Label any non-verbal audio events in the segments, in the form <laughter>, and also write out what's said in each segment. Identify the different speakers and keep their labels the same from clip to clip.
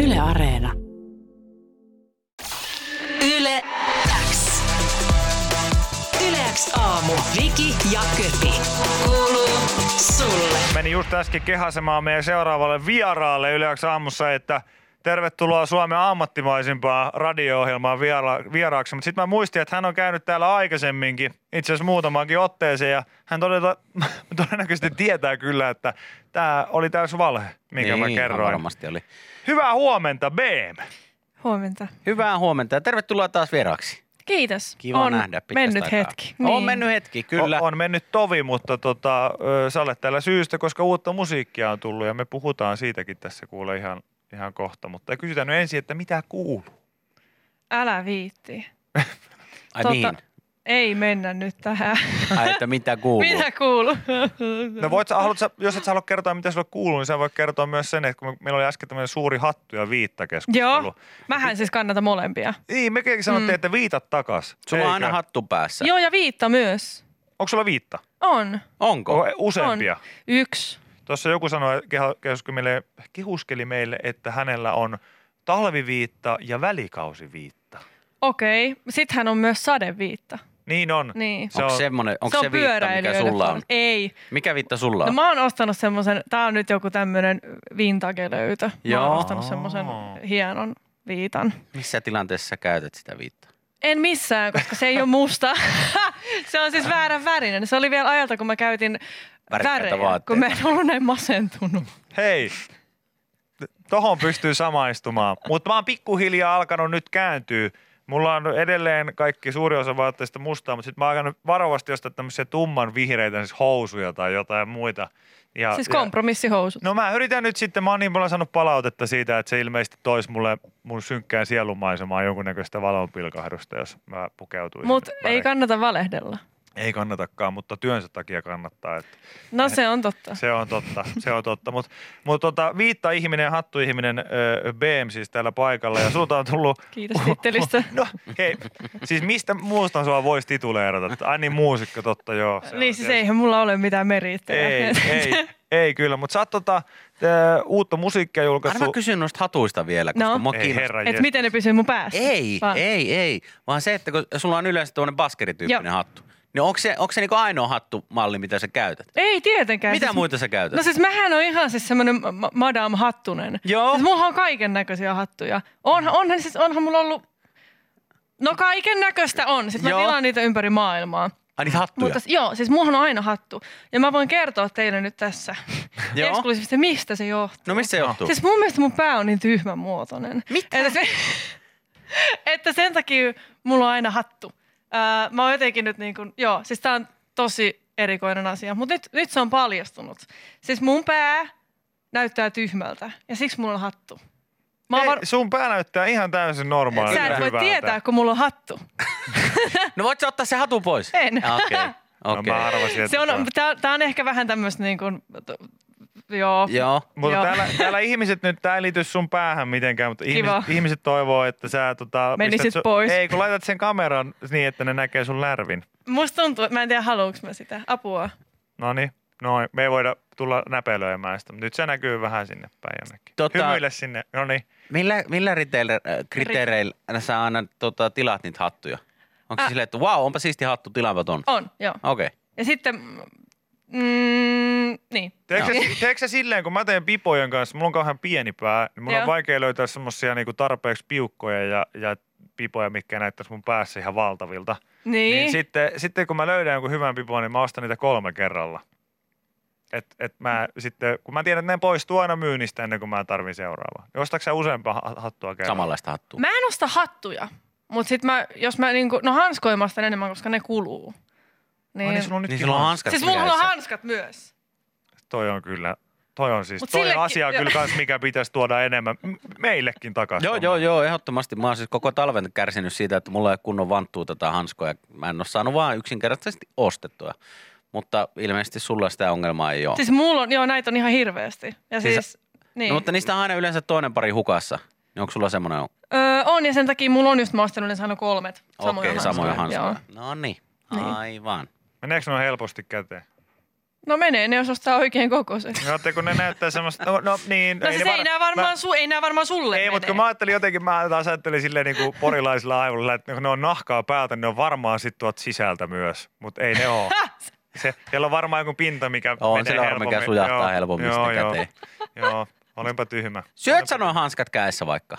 Speaker 1: Yle Areena.
Speaker 2: Yle X. Yle X aamu. Viki ja Köpi. Kuuluu sulle.
Speaker 3: Meni just äsken kehasemaan meidän seuraavalle vieraalle Yleäks aamussa, että tervetuloa Suomen ammattimaisimpaan radio-ohjelmaan viera- vieraaksi. Mutta sitten mä muistin, että hän on käynyt täällä aikaisemminkin, itse asiassa muutamaankin otteeseen, ja hän todella, <laughs> todennäköisesti tietää kyllä, että tämä oli täys valhe, minkä niin, mä kerroin.
Speaker 4: varmasti oli.
Speaker 3: Hyvää huomenta, BM!
Speaker 5: Huomenta.
Speaker 4: Hyvää huomenta ja tervetuloa taas vieraaksi.
Speaker 5: Kiitos.
Speaker 4: Kiva
Speaker 5: on
Speaker 4: nähdä pitkästä
Speaker 5: mennyt
Speaker 4: aikaa.
Speaker 5: hetki.
Speaker 4: Niin. On mennyt hetki, kyllä.
Speaker 3: O- on mennyt tovi, mutta tota, ö, sä olet täällä syystä, koska uutta musiikkia on tullut ja me puhutaan siitäkin tässä kuule ihan, ihan kohta. Mutta kysytään nyt ensin, että mitä kuuluu?
Speaker 5: Älä viitti.
Speaker 4: Ai
Speaker 5: Tota-
Speaker 4: niin,
Speaker 5: Ei mennä nyt tähän.
Speaker 4: Ai, että mitä kuuluu.
Speaker 5: <laughs> Mitä kuuluu?
Speaker 3: No voit sä, haluat, sä, jos et sä halua kertoa, mitä sulle kuuluu, niin sä voit kertoa myös sen, että kun me, meillä oli äsken tämmöinen suuri hattu ja viittakeskustelu.
Speaker 5: Joo. Mähän siis kannata molempia.
Speaker 3: Niin, mekin sanottiin, mm. että viitat takas.
Speaker 4: Sulla on
Speaker 3: Eikö?
Speaker 4: aina hattu päässä.
Speaker 5: Joo, ja viitta myös.
Speaker 3: Onko sulla viitta?
Speaker 5: On.
Speaker 4: Onko?
Speaker 3: Onko useampia?
Speaker 5: On. Yksi.
Speaker 3: Tuossa joku sanoi, keho- kehuskeli meille, kehuskeli meille, että hänellä on talviviitta ja välikausiviitta.
Speaker 5: Okei. Sitten hän on myös sadeviitta.
Speaker 3: Niin on.
Speaker 5: Niin.
Speaker 3: Se
Speaker 4: onko
Speaker 3: on-
Speaker 4: semmonen, onko se, se viitta, mikä
Speaker 5: pyöräilijöille
Speaker 4: sulla on?
Speaker 5: huono. Ei.
Speaker 4: Mikä viitta sulla
Speaker 5: No
Speaker 4: on?
Speaker 5: mä oon ostanut semmoisen, tää on nyt joku tämmönen vintage-löytö. Mä
Speaker 4: Joo.
Speaker 5: oon ostanut semmoisen
Speaker 3: Aa.
Speaker 5: hienon viitan.
Speaker 4: Missä tilanteessa sä käytät sitä viittaa?
Speaker 5: En missään, koska se ei ole musta. <laughs> se on siis väärän värinen. Se oli vielä ajalta, kun mä käytin
Speaker 4: Värikkäitä
Speaker 5: värejä,
Speaker 4: vaatteita.
Speaker 5: kun mä en ollut näin
Speaker 4: <laughs>
Speaker 5: masentunut.
Speaker 3: Hei, tohon pystyy samaistumaan. Mutta mä oon pikkuhiljaa alkanut nyt kääntyä. Mulla on edelleen kaikki suuri osa vaatteista mustaa, mutta sitten mä oon alkanut varovasti ostaa tämmöisiä tumman vihreitä, siis housuja tai jotain muita.
Speaker 4: Ah,
Speaker 3: Ja,
Speaker 5: siis
Speaker 3: ja-
Speaker 5: kompromissihousut.
Speaker 3: No mä yritän nyt sitten, mä oon niin paljon saanut palautetta siitä, että se ilmeisesti toisi mulle mun synkkään sielumaisemaan jonkunnäköistä valonpilkahdusta, jos mä pukeutuisin.
Speaker 5: Mutta ei
Speaker 3: väri-
Speaker 5: kannata valehdella.
Speaker 3: ei kannatakaan, mutta työnsä takia kannattaa. Että
Speaker 5: No se on totta.
Speaker 3: se on totta, se on totta. Mutta mut tota, viitta-ihminen ja hattu-ihminen ö, BM siis täällä paikalla ja sulta on tullut...
Speaker 5: <laughs> Kiitos tittelistä.
Speaker 3: <laughs> No hei, siis mistä muusta sua voisi tituleerata? Ai niin muusikko, totta joo. se on
Speaker 5: niin siis
Speaker 3: tietysti-
Speaker 5: eihän mulla ole mitään meriittejä.
Speaker 3: Ei, ei, ei kyllä, mutta sä oot tota, ö, uutta musiikkia
Speaker 4: Aina mä
Speaker 3: julkaissut.
Speaker 4: kysyn noista hatuista vielä, koska
Speaker 5: No.
Speaker 4: mua
Speaker 3: Ei
Speaker 4: kiinnostaa.
Speaker 3: herra
Speaker 5: <laughs> Et
Speaker 3: jestas.
Speaker 5: miten ne pysyy mun päässä?
Speaker 4: Ei,
Speaker 5: Vaan-
Speaker 4: ei, ei. Vaan se, että kun sulla on yleensä tuommoinen baskerityyppinen
Speaker 5: Joo.
Speaker 4: hattu, niin onko se, onko se niinku ainoa hattumalli, mitä sä käytät?
Speaker 5: Ei tietenkään.
Speaker 4: Mitä
Speaker 5: Siis-
Speaker 4: muita sä käytät?
Speaker 5: No siis mähän on ihan siis semmoinen ma- Madame Hattunen.
Speaker 4: Joo.
Speaker 5: Siis mulla on kaiken näköisiä hattuja. Onhan, onhan, siis, onhan mulla ollut... No kaiken näköistä on. Sitten
Speaker 4: Joo.
Speaker 5: mä tilaan niitä ympäri maailmaa.
Speaker 4: Ai niitä hattuja?
Speaker 5: Mutta joo, siis mullahan on aina hattu. Ja mä voin kertoa teille nyt tässä
Speaker 4: Joo.
Speaker 5: <laughs> eksklusiivisesti, mistä se johtuu.
Speaker 4: No mistä se johtuu?
Speaker 5: Siis mun mielestä mun pää on niin tyhmän muotoinen.
Speaker 4: Mitä?
Speaker 5: Että, se, <laughs> että sen takia mulla on aina hattu. Öö, mä oon jotenkin nyt niin kuin, joo, siis tää on tosi erikoinen asia, mutta nyt, nyt se on paljastunut. Siis mun pää näyttää tyhmältä ja siksi mulla on hattu. Mä oon
Speaker 3: Ei,
Speaker 5: var...
Speaker 3: sun pää näyttää ihan täysin normaalilta.
Speaker 5: Sä et voi
Speaker 3: hyvältä.
Speaker 5: tietää, kun mulla on hattu.
Speaker 4: No voit sä ottaa se hatu pois?
Speaker 5: En.
Speaker 4: Ah, Okei. Okay.
Speaker 3: No,
Speaker 5: <laughs>
Speaker 4: Okei.
Speaker 3: mä arvasin, että
Speaker 5: Se on,
Speaker 3: tää-
Speaker 5: tää, tää on ehkä vähän tämmöistä niin kuin, t- joo.
Speaker 4: Joo.
Speaker 3: Mutta
Speaker 5: Joo.
Speaker 3: täällä, täällä, ihmiset nyt, tämä ei liity sun päähän mitenkään, mutta ihmiset,
Speaker 5: Kiva.
Speaker 3: ihmiset toivoo, että sä tota,
Speaker 5: Menisit
Speaker 3: pistät sun-
Speaker 5: pois.
Speaker 3: Ei, kun laitat sen kameran niin, että ne näkee sun lärvin.
Speaker 5: Musta tuntuu, että mä en tiedä haluanko mä sitä apua.
Speaker 3: No niin, noin. Me ei voida tulla näpelöimään sitä, mutta nyt se näkyy vähän sinne päin jonnekin. Tota...
Speaker 4: Tota-
Speaker 3: Hymyile sinne, no niin.
Speaker 4: Millä, millä riteillä, äh, kriteereillä sä aina tota, tilaat niitä hattuja? Onko
Speaker 5: Ä-
Speaker 4: se silleen, että vau, wow, onpa siisti hattu, tilaanpa ton?
Speaker 5: On, joo.
Speaker 4: Okei. Okay.
Speaker 5: Ja sitten, mm, niin.
Speaker 3: Teekö, sä- teekö sä silleen, kun mä teen pipojen kanssa, mulla on kauhean pieni pää, niin mulla on
Speaker 5: Joo.
Speaker 3: vaikea löytää semmosia niinku tarpeeksi piukkoja ja, ja pipoja, mitkä näyttäisi mun päässä ihan valtavilta.
Speaker 5: Niin.
Speaker 3: Niin sitten, sitten kun mä löydän jonkun hyvän pipon, niin mä ostan niitä kolme kerralla. Et, et mä sitten, kun mä tiedän, että ne poistuu aina myynnistä ennen kuin mä tarvin seuraavaa. Niin ostatko sä useampaa ha- hattua kerralla?
Speaker 4: Samanlaista hattua.
Speaker 5: Mä en osta hattuja, mutta sit mä, jos mä niinku, no hanskoja mä ostan enemmän, koska ne kuluu.
Speaker 3: Niin.
Speaker 5: Niin.
Speaker 3: Ai, niin sulla on
Speaker 4: Niin
Speaker 3: nytkin
Speaker 4: sulla on
Speaker 3: on.
Speaker 4: hanskat
Speaker 5: siis mulla on
Speaker 4: kädessä.
Speaker 5: hanskat myös.
Speaker 3: Toi on kyllä. Toi on siis,
Speaker 5: Mut
Speaker 3: toi
Speaker 5: sillekin-
Speaker 3: asia on kyllä
Speaker 5: joo.
Speaker 3: kans, mikä pitäisi tuoda enemmän m- meillekin takaisin.
Speaker 4: Joo, joo, joo, ehdottomasti. Mä oon siis koko talven kärsinyt siitä, että mulla ei ole kunnon vanttuuta tai hanskoja. Mä en ole saanut vaan yksinkertaisesti ostettua. Mutta ilmeisesti sulla sitä ongelmaa ei No, ole.
Speaker 5: Siis mulla on, joo näitä on ihan hirveästi. Ja
Speaker 4: Oh. Siis-
Speaker 5: siis, siis niin.
Speaker 4: no, mutta niistä on aina yleensä toinen pari hukassa. Niin onko sulla semmoinen
Speaker 5: öö, on ja sen takia mulla on just, mä oon ostanut yleensä aina kolmet samoja
Speaker 4: Okei, samoja
Speaker 5: hanskoja.
Speaker 4: hanskoja.
Speaker 5: Joo.
Speaker 4: No niin,
Speaker 5: Niin.
Speaker 4: aivan.
Speaker 3: Meneekö ne helposti käteen?
Speaker 5: No menee, ne jos ostaa oikein kokoisen.
Speaker 3: No, ootte, kun ne näyttää semmoista, no, no niin.
Speaker 5: No siis
Speaker 3: ne
Speaker 5: ei nää varmaan, su, ei nää varmaan sulle
Speaker 3: Ei,
Speaker 5: mene.
Speaker 3: mutta kun mä ajattelin jotenkin, mä taas ajattelin silleen niin kuin porilaisilla aivoilla, että kun ne on nahkaa päältä, niin ne on varmaan sit tuot sisältä myös, mutta ei ne
Speaker 5: <laughs>
Speaker 3: ole. Se, siellä on varmaan joku pinta, mikä
Speaker 4: On,
Speaker 3: menee
Speaker 4: siellä on,
Speaker 3: helpommin.
Speaker 4: mikä sujahtaa helpommin
Speaker 3: joo,
Speaker 4: sitten
Speaker 3: joo,
Speaker 4: käteen.
Speaker 3: joo, olenpa tyhmä. <laughs>
Speaker 4: Syöt sanoa hanskat kädessä vaikka.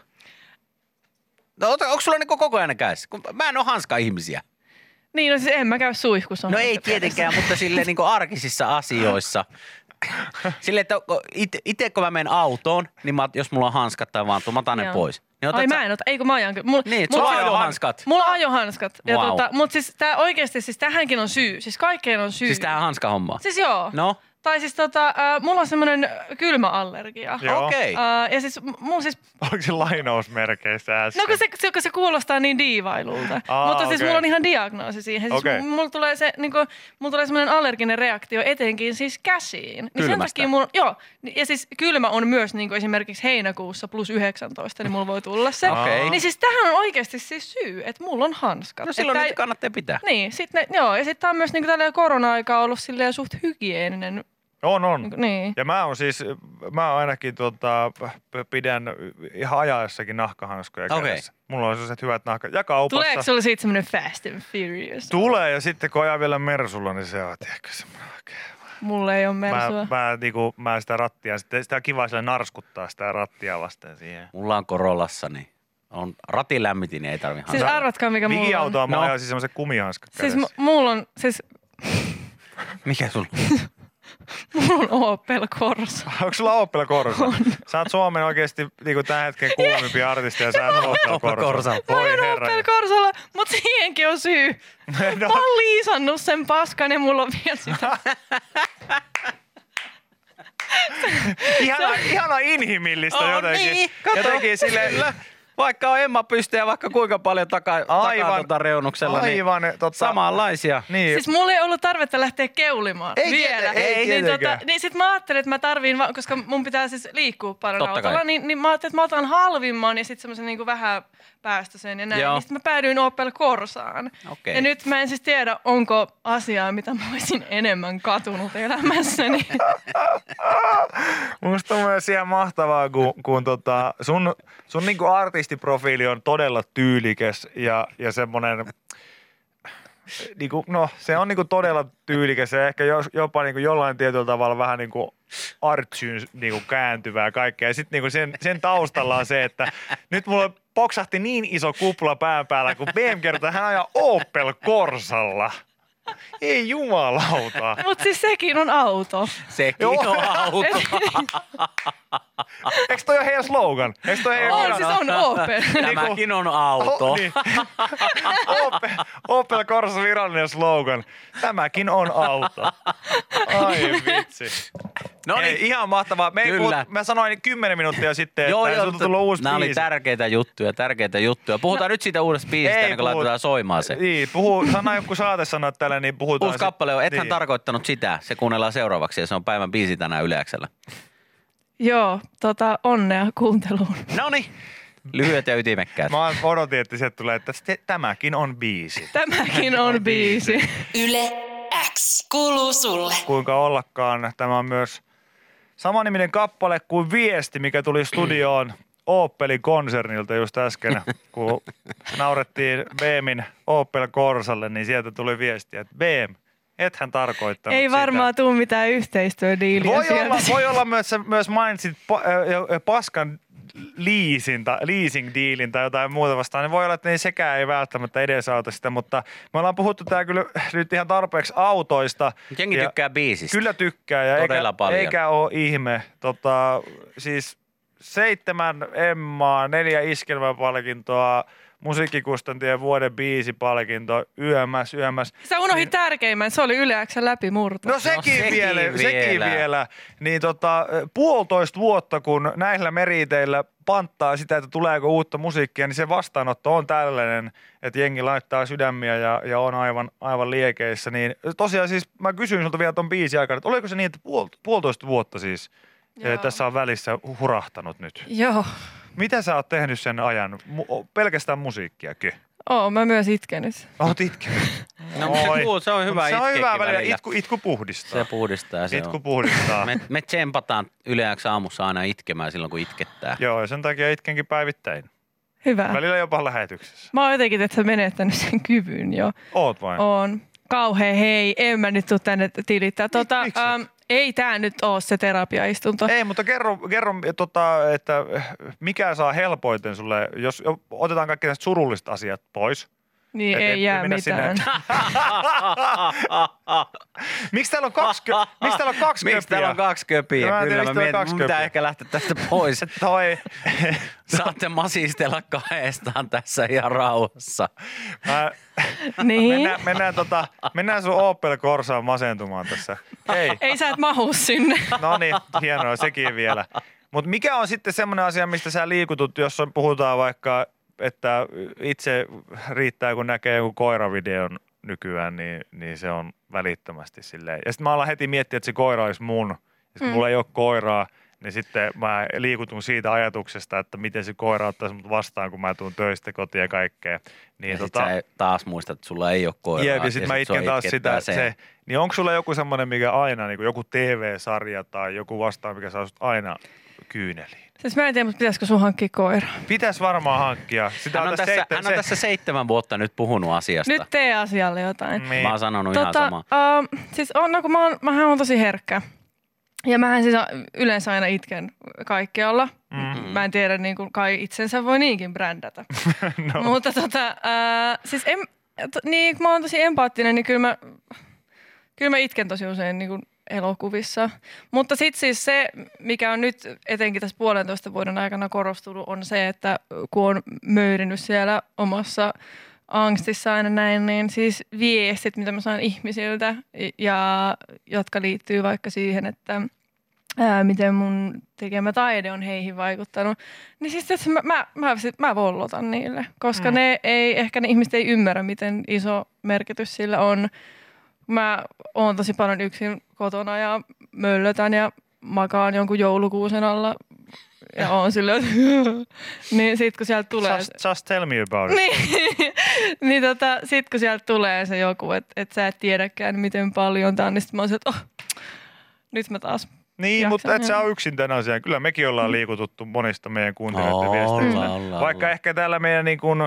Speaker 4: No, ota- onko sulla niinku koko ajan ne kädessä? Kun mä en ole hanska ihmisiä.
Speaker 5: Niin, no siis en mä käy suihkussa.
Speaker 4: No ei tietenkään, mutta sille niinku arkisissa asioissa. Sille, että itse kun mä menen autoon, niin mä, jos mulla on hanskat tai vaan mä otan ne
Speaker 5: Joo.
Speaker 4: pois. Niin
Speaker 5: Ai
Speaker 4: otat sä-
Speaker 5: mä en ota, ei kun mä ajan kyllä. Mulla,
Speaker 4: Niin, että
Speaker 5: mulla-
Speaker 4: sulla on
Speaker 3: ajohan-
Speaker 4: ajohanskat.
Speaker 5: Mulla on ajohanskat. Ja
Speaker 4: Wow.
Speaker 5: tota, mutta siis tää oikeesti, siis tähänkin on syy. Siis kaikkeen on syy.
Speaker 4: Siis tähän hanskahommaan.
Speaker 5: Siis joo.
Speaker 4: No,
Speaker 5: Tai siis tota, äh, mulla on semmoinen kylmäallergia.
Speaker 3: Joo.
Speaker 4: okei. Okay.
Speaker 5: Äh, ja siis m- mulla siis,
Speaker 3: Oliko se lainausmerkeissä äsken?
Speaker 5: no kun se, se, kun se kuulostaa niin diivailulta.
Speaker 3: Aa,
Speaker 5: Mutta siis
Speaker 3: okei.
Speaker 5: mulla on ihan diagnoosi siihen. Siis
Speaker 3: Okei.
Speaker 5: okay. mulla tulee, se, niin kuin, mulla tulee semmoinen allerginen reaktio etenkin siis käsiin. Niin sen
Speaker 4: Kylmästä.
Speaker 5: takia mulla, joo. Ni- Ja siis kylmä on myös niin kuin esimerkiksi heinäkuussa plus 19, niin mulla voi tulla se.
Speaker 4: Okei.
Speaker 5: Niin siis tähän on oikeasti siis syy, että mulla on hanskat.
Speaker 4: No silloin
Speaker 5: Että
Speaker 4: niitä kannattaa pitää.
Speaker 5: Niin, sit ne, joo, ja sitten on myös niinku tällä korona-aikaa ollut silleen suht hygieninen.
Speaker 3: On, on.
Speaker 5: Niinku, niin.
Speaker 3: Ja mä oon siis, mä ainakin tota, p- pidän ihan ajaessakin nahkahanskoja
Speaker 4: Okei.
Speaker 3: kädessä. Mulla on sellaiset hyvät nahkat. Ja kaupassa.
Speaker 5: Tuleeko sulla siitä semmoinen Fast and Furious?
Speaker 3: Tulee ja sitten kun ajaa vielä Mersulla, niin se on tiedätkö semmoinen oikein.
Speaker 5: Mulla ei ole
Speaker 3: Mä,
Speaker 5: mersua.
Speaker 3: mä, niinku, mä sitä rattia, sitä, sitä on kiva sillä narskuttaa sitä rattia vasten siihen.
Speaker 4: Mulla on Korolassa, niin on ratilämmitin, niin ei tarvi
Speaker 5: Siis
Speaker 4: hanskaa.
Speaker 5: arvatkaa mikä mulla on.
Speaker 3: Vikiautoa mä
Speaker 4: No.
Speaker 3: ajaisin semmoisen kumihanskan
Speaker 5: Siis
Speaker 3: kädessä.
Speaker 5: mu- mulla on, siis
Speaker 4: Mikä sulla
Speaker 5: mulla on Opel Corsa.
Speaker 3: Onko sulla Opel Corsa? Sä oot Suomen oikeesti niinku tämän
Speaker 5: <laughs>
Speaker 3: hetken kuumimpia artisteja ja sä oot Opel
Speaker 4: Opel
Speaker 3: Corsa.
Speaker 4: Corsa.
Speaker 3: Voi herra.
Speaker 5: Opel Corsalla, mutta siihenkin on syy.
Speaker 4: <laughs>
Speaker 3: No.
Speaker 5: Mä oon liisannut sen paskan ja mulla on vielä sitä.
Speaker 3: Ihana, ihana inhimillistä
Speaker 4: On
Speaker 3: jotenkin.
Speaker 4: niin, kato.
Speaker 3: Jotenkin sille
Speaker 4: Vaikka on Emma pystyy ja vaikka kuinka paljon taka, takaa
Speaker 3: Aivan.
Speaker 4: tota reunuksella,
Speaker 3: aivan tota-
Speaker 4: niin
Speaker 3: totta.
Speaker 4: samanlaisia.
Speaker 3: Niin.
Speaker 5: Siis mulla ei ollut tarvetta lähteä keulimaan
Speaker 4: Ei
Speaker 5: vielä.
Speaker 4: tieten- ei
Speaker 5: niin,
Speaker 3: tietenkään.
Speaker 5: niin sit mä ajattelin, että mä tarviin, vaan- koska mun pitää siis liikkua paljon
Speaker 4: Totta
Speaker 5: autolla,
Speaker 4: kai.
Speaker 5: niin, niin mä ajattelin, että mä otan halvimman ja sitten semmoisen niin vähän päästöisen ja näin.
Speaker 4: Joo.
Speaker 5: Joo. Niin sit mä päädyin Opel Corsaan.
Speaker 4: Okei.
Speaker 5: Ja nyt mä en siis tiedä, onko asiaa, mitä mä olisin enemmän katunut
Speaker 4: <laughs>
Speaker 5: elämässäni.
Speaker 3: Musta on myös ihan mahtavaa, kun, kun tota, sun, sun niinku artistiprofiili on todella tyylikäs ja, ja semmoinen, niinku, no se on niinku todella tyylikäs ja ehkä jos, jopa niinku jollain tietyllä tavalla vähän niinku artsyyn niinku kääntyvää ja kaikkea. Ja sitten niinku sen, sen taustalla on se, että nyt mulla poksahti niin iso kupla pään päällä, kun BM kertaa hän ajaa Opel Korsalla. Ei jumalauta.
Speaker 5: Mutta siis sekin on auto.
Speaker 4: Sekin
Speaker 3: Joo. Niin <laughs>
Speaker 4: on auto.
Speaker 3: Eikö toi ole heidän slogan? Eikö toi heidän
Speaker 5: On, siis on Opel.
Speaker 4: <laughs> Tämäkin on auto.
Speaker 3: O- niin. <laughs> Opel, Opel Corsa virallinen slogan. Tämäkin on auto. Ai vitsi.
Speaker 4: No
Speaker 3: Ei,
Speaker 4: niin.
Speaker 3: ihan mahtavaa. Me ei
Speaker 4: Kyllä.
Speaker 3: puhut- mä sanoin 10 minuuttia sitten, joo, että sinulta tullut uusi
Speaker 4: nämä oli
Speaker 3: biisi. No,
Speaker 4: tärkeitä juttuja, tärkeitä juttuja. Puhutaan nyt siitä uudesta biisistä,
Speaker 3: Ei
Speaker 4: ennen kuin
Speaker 3: puhuta.
Speaker 4: niin laitetaan soimaan se.
Speaker 3: Niin, puhu, sana joku saatesanat tällä, niin puhutaan.
Speaker 4: Uusi
Speaker 3: sit-
Speaker 4: kappale on, ethän
Speaker 3: niin.
Speaker 4: tarkoittanut sitä, se kuunnellaan seuraavaksi ja se on päivän biisi tänään Yleäksellä.
Speaker 5: Joo, tota, onnea
Speaker 3: <laughs>
Speaker 5: kuunteluun.
Speaker 4: No niin, lyhyet ja ytimekkäät.
Speaker 3: Mä odotin, että sieltä tulee, että se- tämäkin on biisi.
Speaker 5: Tämäkin
Speaker 3: niin,
Speaker 5: on biisi.
Speaker 2: Yle X. Kuuluu sulle.
Speaker 3: Kuinka ollakaan, tämä on myös samaniminen kappale kuin viesti, mikä tuli studioon Opelin konsernilta just
Speaker 5: <laughs>
Speaker 3: äsken, kun naurettiin BMin Opel Corsalle, niin sieltä tuli viestiä, että BM, ethän tarkoittanut
Speaker 5: Ei varmaan
Speaker 3: sitä.
Speaker 5: tuu mitään yhteistyödiiliä
Speaker 3: Voi
Speaker 5: sieltä.
Speaker 3: olla, voi olla myös, sä myös mainitsit pa, ö, ö, paskan leasing, tai leasing dealin tai jotain muuta vastaan, niin voi olla, että niin sekään ei välttämättä edesauta sitä, mutta me ollaan puhuttu tää kyllä nyt ihan tarpeeksi autoista.
Speaker 4: Jengi
Speaker 3: ja-
Speaker 4: tykkää biisistä.
Speaker 3: Kyllä tykkää ja
Speaker 4: Todella
Speaker 3: eikä,
Speaker 4: paljon.
Speaker 3: eikä ole ihme. Tota, siis seitsemän Emmaa, neljä iskelmäpalkintoa, musiikkikustantien vuoden biisipalkinto, YMS, YMS.
Speaker 5: Sä unohdit tärkeimmän, se oli yleäksä läpimurto.
Speaker 3: No sekin,
Speaker 4: sekin
Speaker 3: vielä, sekin
Speaker 4: vielä.
Speaker 3: vielä. Niin tota, puolitoista vuotta, kun näillä meriteillä panttaa sitä, että tuleeko uutta musiikkia, niin se vastaanotto on tällainen, että jengi laittaa sydämiä ja, ja on aivan, aivan liekeissä. Niin tosiaan siis mä kysyin sulta vielä ton biisin aikana, että oliko se niin, että puol, puolitoista vuotta siis Joo.
Speaker 5: Joo.
Speaker 3: tässä on välissä hu- hurahtanut nyt.
Speaker 5: Joo.
Speaker 3: Mitä sä oot tehnyt sen ajan? Mu- o- Pelkästään musiikkiakö?
Speaker 5: Oo, mä myös itkenyt.
Speaker 3: Oot itkenyt.
Speaker 4: No, se,
Speaker 3: Oi.
Speaker 4: kuul, se on hyvä
Speaker 3: Mut se on hyvä
Speaker 4: itkeäkin
Speaker 3: välillä.
Speaker 4: välillä.
Speaker 3: Itku, itku puhdistaa.
Speaker 4: Se puhdistaa. Se
Speaker 3: itku
Speaker 4: on.
Speaker 3: puhdistaa.
Speaker 4: Me, me tsempataan yleensä aamussa aina itkemään silloin, kun itkettää.
Speaker 3: Joo, ja sen takia itkenkin päivittäin.
Speaker 4: Äh.
Speaker 5: Hyvä.
Speaker 3: Välillä jopa lähetyksessä.
Speaker 5: Mä oon jotenkin, että sä menettänyt sen kyvyn jo.
Speaker 3: Oot vain.
Speaker 5: On. Kauhea hei, en mä nyt tuu tänne tilittää. Tota,
Speaker 3: miksi et?
Speaker 5: ähm, ei tää nyt oo se terapiaistunto.
Speaker 3: Ei, mutta kerro, kerro tota, että mikä saa helpoiten sulle, jos otetaan kaikki tästä surulliset asiat pois.
Speaker 5: niin
Speaker 3: et-
Speaker 5: ei,
Speaker 3: et
Speaker 5: jää
Speaker 3: mennä
Speaker 5: mitään. <laughs>
Speaker 3: sinne. Miksi täällä on kaksi,
Speaker 4: <laughs>
Speaker 3: kö, miksi täällä on kaksi
Speaker 4: Miksi täällä on
Speaker 3: köpiä?
Speaker 4: kaksi köpiä?
Speaker 3: Mä en tiedä,
Speaker 4: Kyllä
Speaker 3: miksi
Speaker 4: mä
Speaker 3: täällä on
Speaker 4: mietin,
Speaker 3: kaksi
Speaker 4: mun pitää
Speaker 3: köpiä.
Speaker 4: ehkä lähteä tästä
Speaker 3: <laughs>
Speaker 4: pois.
Speaker 3: Toi,
Speaker 4: Saatte masistella kahdestaan tässä ihan rauhassa.
Speaker 3: mä,
Speaker 5: niin.
Speaker 3: mennään, mennään, tota, mennään sun Opel Corsaan masentumaan tässä. Ei,
Speaker 5: Ei sä et
Speaker 3: <laughs>
Speaker 5: mahu sinne.
Speaker 3: no niin, hienoa sekin vielä. Mutta mikä on sitten semmoinen asia, mistä sä liikutut, jos on, puhutaan vaikka, että itse riittää, kun näkee joku koiravideon nykyään, niin, niin se on välittömästi silleen. Ja sitten mä alan heti miettiä, että se koira olisi mun. Ja sit mm. mulla ei ole koiraa, niin sitten mä liikutun siitä ajatuksesta, että miten se koira ottaisi mut vastaan, kun mä tuun töistä kotiin ja kaikkea. Niin
Speaker 4: Ja sit sä ei- taas muistat, että sulla ei ole koiraa.
Speaker 3: Jep, ja sit mä
Speaker 4: sua
Speaker 3: itken taas sitä.
Speaker 4: itkettää
Speaker 3: Se. Niin onko sulla joku semmoinen, mikä aina, niin joku TV-sarja tai joku vastaan, mikä saa sut aina kyyneliin?
Speaker 5: Siis mä en tiedä, mutta pitäisikö sun hankkia koira.
Speaker 3: Pitäis varmaan hankkia. Sitä
Speaker 4: Hän on, tässä,
Speaker 3: seitsemän-
Speaker 4: hän on tässä seitsemän vuotta nyt puhunut asiasta.
Speaker 5: Nyt tee asialle jotain.
Speaker 3: Niin.
Speaker 4: Mä oon sanonut tota, ihan samaa.
Speaker 5: ähm, siis on, no kun mä oon, mähän on tosi herkkä. Ja mähän siis a- yleensä aina itken kaikkealla. Mm. Mä en tiedä, niin kuin kai itsensä voi niinkin brändätä. no. Mutta tota, äh, siis en, to, niin, kun mä oon tosi empaattinen, niin kyllä mä, kyllä mä itken tosi usein niin kuin elokuvissa. Mutta sitten siis se, mikä on nyt etenkin tässä puolentoista vuoden aikana korostunut, on se, että kun on möyrinyt siellä omassa angstissa aina näin, niin siis viestit, mitä mä saan ihmisiltä, ja, jotka liittyy vaikka siihen, että ää, miten mun tekemä taide on heihin vaikuttanut, niin siis että mä, mä, mä, sit mä vollotan niille, koska mm. ne ei, ehkä ne ihmiset ei ymmärrä, miten iso merkitys sillä on. Mä oon tosi paljon yksin kotona ja möllötän ja makaan jonkun joulukuusen alla ja on silleen, että <laughs> niin sit kun sieltä tulee...
Speaker 3: Just, just tell me about it.
Speaker 5: <laughs> Niin, niin tota, sit kun sieltä tulee se joku, että et sä et tiedäkään miten paljon tää on, niin sit mä oon se, että oh, nyt mä taas.
Speaker 3: Niin,
Speaker 5: Jaksan,
Speaker 3: mutta et sä
Speaker 5: joo.
Speaker 3: ole yksin tämän asian. Kyllä mekin ollaan liikututtu monista meidän kuuntelijoiden
Speaker 4: Ollaan,
Speaker 3: viesteistä.
Speaker 4: ollaan,
Speaker 3: Vaikka
Speaker 4: ollaan.
Speaker 3: ehkä täällä meidän niin kun,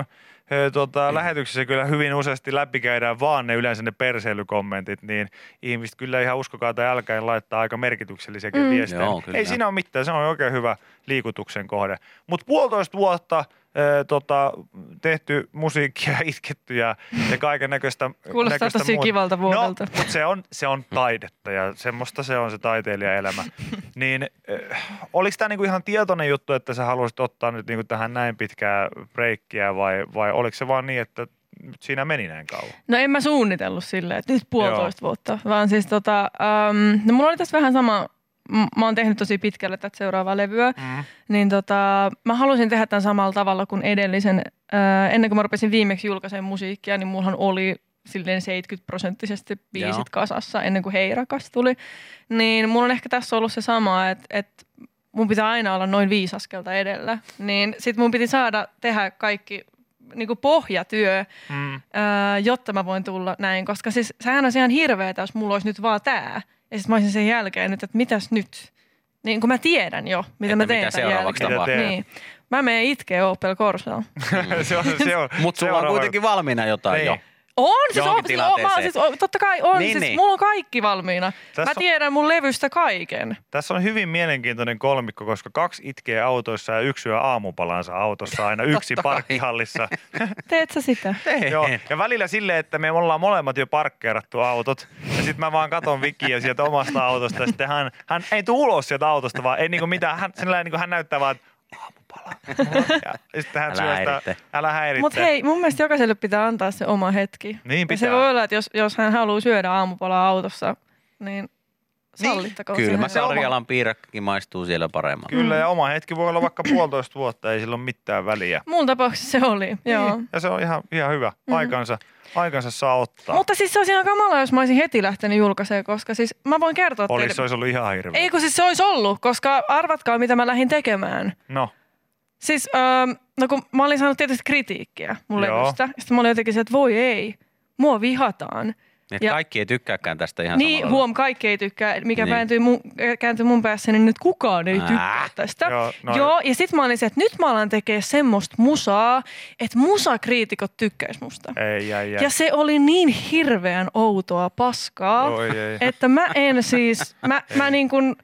Speaker 3: ö, tota, lähetyksessä kyllä hyvin useasti läpikäydään vaan ne yleensä ne perseilykommentit, niin ihmiset kyllä ihan uskokaa tai älkää niin laittaa aika merkityksellisiäkin mm. viestejä.
Speaker 4: Joo, kyllä.
Speaker 3: Ei siinä ole mitään, se on oikein hyvä liikutuksen kohde. Mutta puolitoista vuotta ö, tota, tehty musiikkia, <laughs> itketty ja, ja kaiken näköistä
Speaker 5: Kuulostaa
Speaker 3: näköistä
Speaker 5: tosi
Speaker 3: muuta.
Speaker 5: kivalta vuodelta.
Speaker 3: No, mutta se on, se on taidetta ja semmoista se on se
Speaker 4: <laughs>
Speaker 3: taiteilijaelämä. niin äh, oliko tämä niinku ihan tietoinen juttu, että sä haluaisit ottaa nyt niinku tähän näin pitkää breikkiä vai, vai oliko se vaan niin, että nyt siinä meni näin kauan?
Speaker 4: Mm.
Speaker 5: No en mä suunnitellut silleen, että nyt puolitoista vuotta, vaan siis tota, äm, no mulla oli tässä vähän sama, m- mä oon tehnyt tosi pitkälle tätä seuraavaa levyä,
Speaker 3: Mm.
Speaker 5: niin tota, mä halusin tehdä tämän samalla tavalla kuin edellisen. Ää, ennen kuin mä rupesin viimeksi julkaisemaan musiikkia, niin mullahan oli silleen 70 prosenttisesti biisit
Speaker 4: Joo.
Speaker 5: kasassa ennen kuin Hei rakas tuli. Niin mulla on ehkä tässä ollut se sama, että, että mun pitää aina olla noin viisi askelta edellä. Niin sit mun piti saada tehdä kaikki niin kuin pohjatyö,
Speaker 3: Mm.
Speaker 5: ää, jotta mä voin tulla näin. Koska siis sehän on ihan hirveetä, jos mulla olisi nyt vaan tää. Ja sitten mä olisin sen jälkeen nyt, että mitäs nyt? Niin kun mä tiedän jo, mitä
Speaker 4: Että
Speaker 5: mä teen
Speaker 4: mitä
Speaker 5: tämän
Speaker 4: seuraavaksi
Speaker 5: jälkeen.
Speaker 3: tapahtuu.
Speaker 5: Niin. Mä menen itkeä Opel
Speaker 3: <laughs>
Speaker 5: Corsaan.
Speaker 3: se on, se
Speaker 4: <laughs>
Speaker 3: on,
Speaker 4: Mutta sulla on
Speaker 3: seuraava-
Speaker 4: kuitenkin valmiina jotain
Speaker 3: Niin.
Speaker 4: jo.
Speaker 5: On, siis, on,
Speaker 4: Johonkin
Speaker 5: siis, on, mä,
Speaker 4: tilanteeseen.
Speaker 5: siis on, totta kai on.
Speaker 4: Niin,
Speaker 5: Niin, siis
Speaker 4: niin.
Speaker 5: niin. Mulla on kaikki valmiina.
Speaker 3: Tässä
Speaker 5: Tässä mä
Speaker 3: on-
Speaker 5: tiedän mun levystä kaiken.
Speaker 3: Tässä on hyvin mielenkiintoinen kolmikko, koska kaksi itkee autoissa ja yksi syö aamupalansa autossa aina yksi
Speaker 4: <laughs> Totta kai. <laughs>
Speaker 3: parkkihallissa.
Speaker 5: Teet sä sitä?
Speaker 3: Joo. Ja välillä silleen, että me ollaan molemmat jo parkkeerattu autot. Ja sitten mä vaan katon Vikiä sieltä omasta autosta. Ja sitten hän, hän ei tule ulos sieltä autosta, vaan ei niinku mitään. Hän, sellainen niinku hän näyttää vaan, että aamupala. Ja sitten hän
Speaker 4: Älä
Speaker 3: syö sitä,
Speaker 4: häiritse.
Speaker 3: älä häiritse.
Speaker 5: Mutta hei, mun mielestä jokaiselle pitää antaa se oma hetki.
Speaker 3: Niin
Speaker 5: Ja se
Speaker 3: pitää.
Speaker 5: voi olla, että jos, jos hän haluaa syödä aamupalaa autossa, niin sallittakoon se
Speaker 4: Kylmä
Speaker 5: hänelle.
Speaker 4: Karjalan piirakkakin maistuu siellä paremmalta.
Speaker 3: Kyllä, ja oma hetki voi olla vaikka puolitoista vuotta, ei sillä ole mitään väliä.
Speaker 5: Mun tapauksessa se oli, joo.
Speaker 3: Niin, ja se on ihan, ihan hyvä.
Speaker 4: Mm-hmm.
Speaker 3: Aikansa, aikansa saa ottaa.
Speaker 5: Mutta siis se olisi ihan kamala, jos mä olisin heti lähtenyt julkaiseen, koska siis mä voin kertoa
Speaker 3: Olisi, se olisi ollut ihan hirveä.
Speaker 5: Ei kun siis se olisi ollut, koska arvatkaa mitä mä lähdin tekemään.
Speaker 3: No,
Speaker 5: Siis ähm, no kun mä olin saanut tietysti kritiikkiä mun
Speaker 3: Joo.
Speaker 5: levystä. Sitten mä olin jotenkin se, että voi ei, mua vihataan.
Speaker 4: Niin,
Speaker 5: Ja-
Speaker 4: ja... kaikki ei tykkääkään tästä ihan
Speaker 5: niin,
Speaker 4: samalla
Speaker 5: huom, kaikki ei tykkää. Mikä
Speaker 4: Niin.
Speaker 5: niin. pääntyi mun, kääntyi mun päässä, niin nyt kukaan ei tykkää
Speaker 4: Äh.
Speaker 5: tästä.
Speaker 3: Joo, no-
Speaker 5: Joo, ja sitten mä olin se, että nyt mä alan tekee semmoista musaa, että musakriitikot tykkäis musta.
Speaker 3: Ei, ei, ei.
Speaker 5: Ja se oli niin hirveän outoa paskaa,
Speaker 3: Oi, ei.
Speaker 5: että mä en siis,
Speaker 3: <laughs>
Speaker 5: mä, mä niin kuin,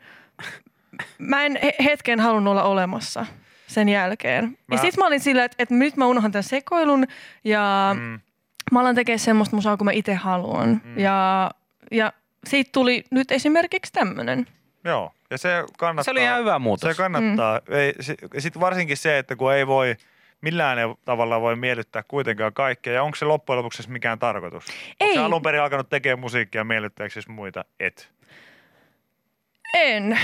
Speaker 5: mä en he- hetken halunnut olla olemassa sen jälkeen. Ja
Speaker 3: Mä-
Speaker 5: sit mä olin sillä, että, että nyt mä unohan tämän sekoilun ja
Speaker 3: Mm.
Speaker 5: mm. mä alan tekemään semmoista musaa, kun mä itse haluan. Mm. Ja, ja siitä tuli nyt esimerkiksi tämmönen.
Speaker 3: Joo, ja se kannattaa.
Speaker 4: Se oli ihan hyvä muutos.
Speaker 3: Se kannattaa. Mm. Ei, si- sit varsinkin se, että kun ei voi, millään ei tavalla voi miellyttää kuitenkaan kaikkea. Ja onko se loppujen lopuksi edes mikään tarkoitus? Onko
Speaker 5: Ei.
Speaker 3: se alun perin alkanut tekemään musiikkia miellyttääksesi siis muita? Et.
Speaker 5: En.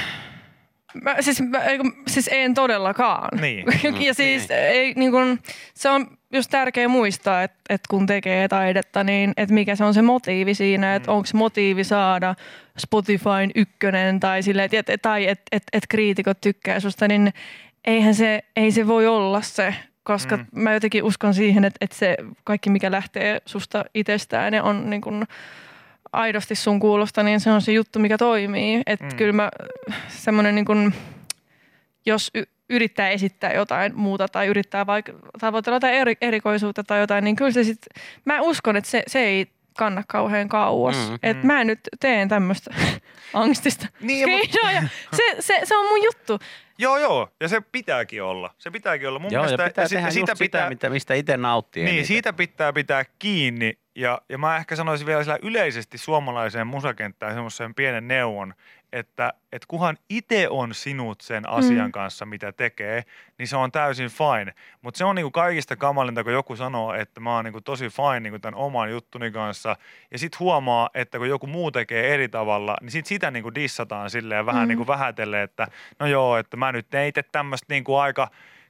Speaker 5: Mä, siis, mä, ei kun- siis en todellakaan. <laughs>
Speaker 3: Niin.
Speaker 5: ja siis ei, niin kun, se on just tärkeä muistaa, että et kun tekee taidetta, niin et mikä se on se motiivi siinä,
Speaker 3: Mm.
Speaker 5: että onko motiivi saada Spotifyn ykkönen tai silleen, et, et, tai että et, et kriitikot tykkää susta, niin eihän se, ei se voi olla se, koska
Speaker 3: Mm.
Speaker 5: mm. mä jotenkin uskon siihen, että, että se kaikki mikä lähtee susta itsestään ja on niin kun, aidosti sun kuulosta, niin se on se juttu, mikä toimii. Että
Speaker 3: Mm.
Speaker 5: mm. kyllä mä semmoinen niin kun, jos y- yrittää esittää jotain muuta tai yrittää vaik- tavoitella jotain eri- erikoisuutta tai jotain, niin kyllä se sit, mä uskon, että se, se ei kanna kauhean kauas.
Speaker 4: Mm,
Speaker 5: Mm, et mä nyt teen tämmöistä <laughs> angstista
Speaker 3: Niin,
Speaker 5: niin, <laughs>
Speaker 3: mut-
Speaker 5: se, se, se on mun juttu.
Speaker 3: Joo, joo. Ja se pitääkin olla. Se pitääkin olla. Mun
Speaker 4: Joo, ja
Speaker 3: mielestä,
Speaker 4: pitää
Speaker 3: ja si-
Speaker 4: tehdä
Speaker 3: ja
Speaker 4: sitä, just pitää... sitä, mitä, mistä itse nauttii.
Speaker 3: Niin,
Speaker 4: eniten.
Speaker 3: siitä pitää pitää kiinni. Ja, ja mä ehkä sanoisin vielä sillä yleisesti suomalaiseen musakenttään semmoisen pienen neuvon, että et kuhan itse on sinut sen asian mm. kanssa, mitä tekee, niin se on täysin fine. Mutta se on niinku kaikista kamalinta, kun joku sanoo, että mä oon niinku tosi fine niinku tämän oman juttuni kanssa. Ja sitten huomaa, että kun joku muu tekee eri tavalla, niin sit sitä niinku dissataan silleen vähän mm.
Speaker 5: Mm.
Speaker 3: niinku vähätellen, että no joo, että mä nyt tein itse tämmöistä niinku aika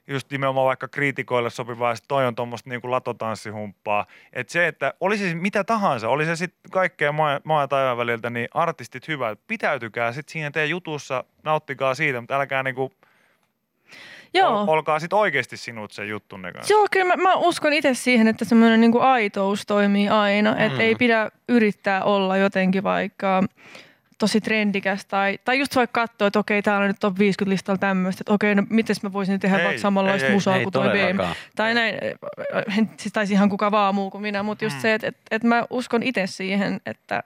Speaker 3: just nimenomaan vaikka kriitikoille sopivaa, ja sit toi on tuommoista niinku latotanssihumppaa. Että se, että oli se mitä tahansa, oli se sitten kaikkea maa, maa ja taivaan väliltä, niin artistit hyvä, pitäytykää sitten siinä teidän jutussa, nauttikaa siitä, mutta älkää niinku,
Speaker 5: Joo.
Speaker 3: ol, olkaa sitten oikeasti sinut sen juttunne kanssa.
Speaker 5: Joo, kyllä mä, mä uskon itse siihen, että semmoinen niinku aitous toimii aina. Mm. Että ei pidä yrittää olla jotenkin vaikka tosi trendikäs tai, tai just vaikka katsoa, että okei, täällä nyt on 50 listalla tämmöistä, että okei, no mites mä voisin tehdä
Speaker 3: Ei,
Speaker 5: vaikka samanlaista
Speaker 3: ei, ei,
Speaker 5: musaa
Speaker 4: ei
Speaker 5: kuin toi BM.
Speaker 4: todellakaan.
Speaker 5: Tai näin, äh, äh, siis taisi ihan kuka vaan muu kuin minä, mutta just
Speaker 3: Mm.
Speaker 5: mm. se, että et, et mä uskon itse siihen, että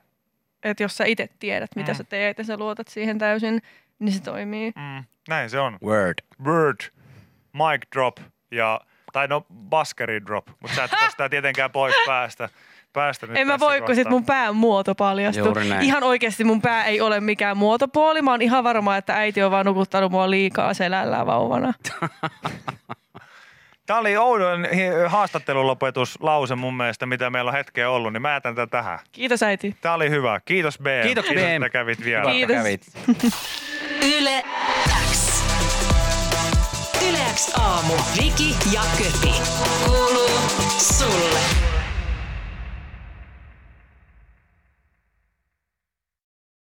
Speaker 5: et jos sä itse tiedät, mitä
Speaker 3: Mm.
Speaker 5: mm. sä teet ja sä luotat siihen täysin, niin se toimii.
Speaker 3: Mm, näin se on.
Speaker 4: Word.
Speaker 3: Bird, mic drop ja, tai no baskeri drop, mutta
Speaker 5: <laughs>
Speaker 3: sä et voi sitä tietenkään pois päästä. päästä nyt
Speaker 5: En mä
Speaker 3: tässä
Speaker 5: voi, kun sit
Speaker 3: kohtaa.
Speaker 5: mun pään muoto paljastuu.
Speaker 4: Juuri näin.
Speaker 5: Ihan oikeasti mun pää ei ole mikään muotopuoli. Mä oon ihan varma, että äiti on vaan nukuttanut mua liikaa selällään vauvana.
Speaker 3: Tämä oli oudon hi- haastattelulopetuslause mun mielestä, mitä meillä on hetkeä ollut, niin mä jätän tämän tähän.
Speaker 5: Kiitos äiti.
Speaker 3: Tämä oli hyvä. Kiitos BM.
Speaker 4: Kiitos,
Speaker 3: Kiitos
Speaker 4: BM.
Speaker 3: että kävit vielä.
Speaker 4: Hyvä, että
Speaker 5: Kiitos.
Speaker 4: kävit.
Speaker 2: Yle X. Yle X aamu. Viki ja Köpi. Kuuluu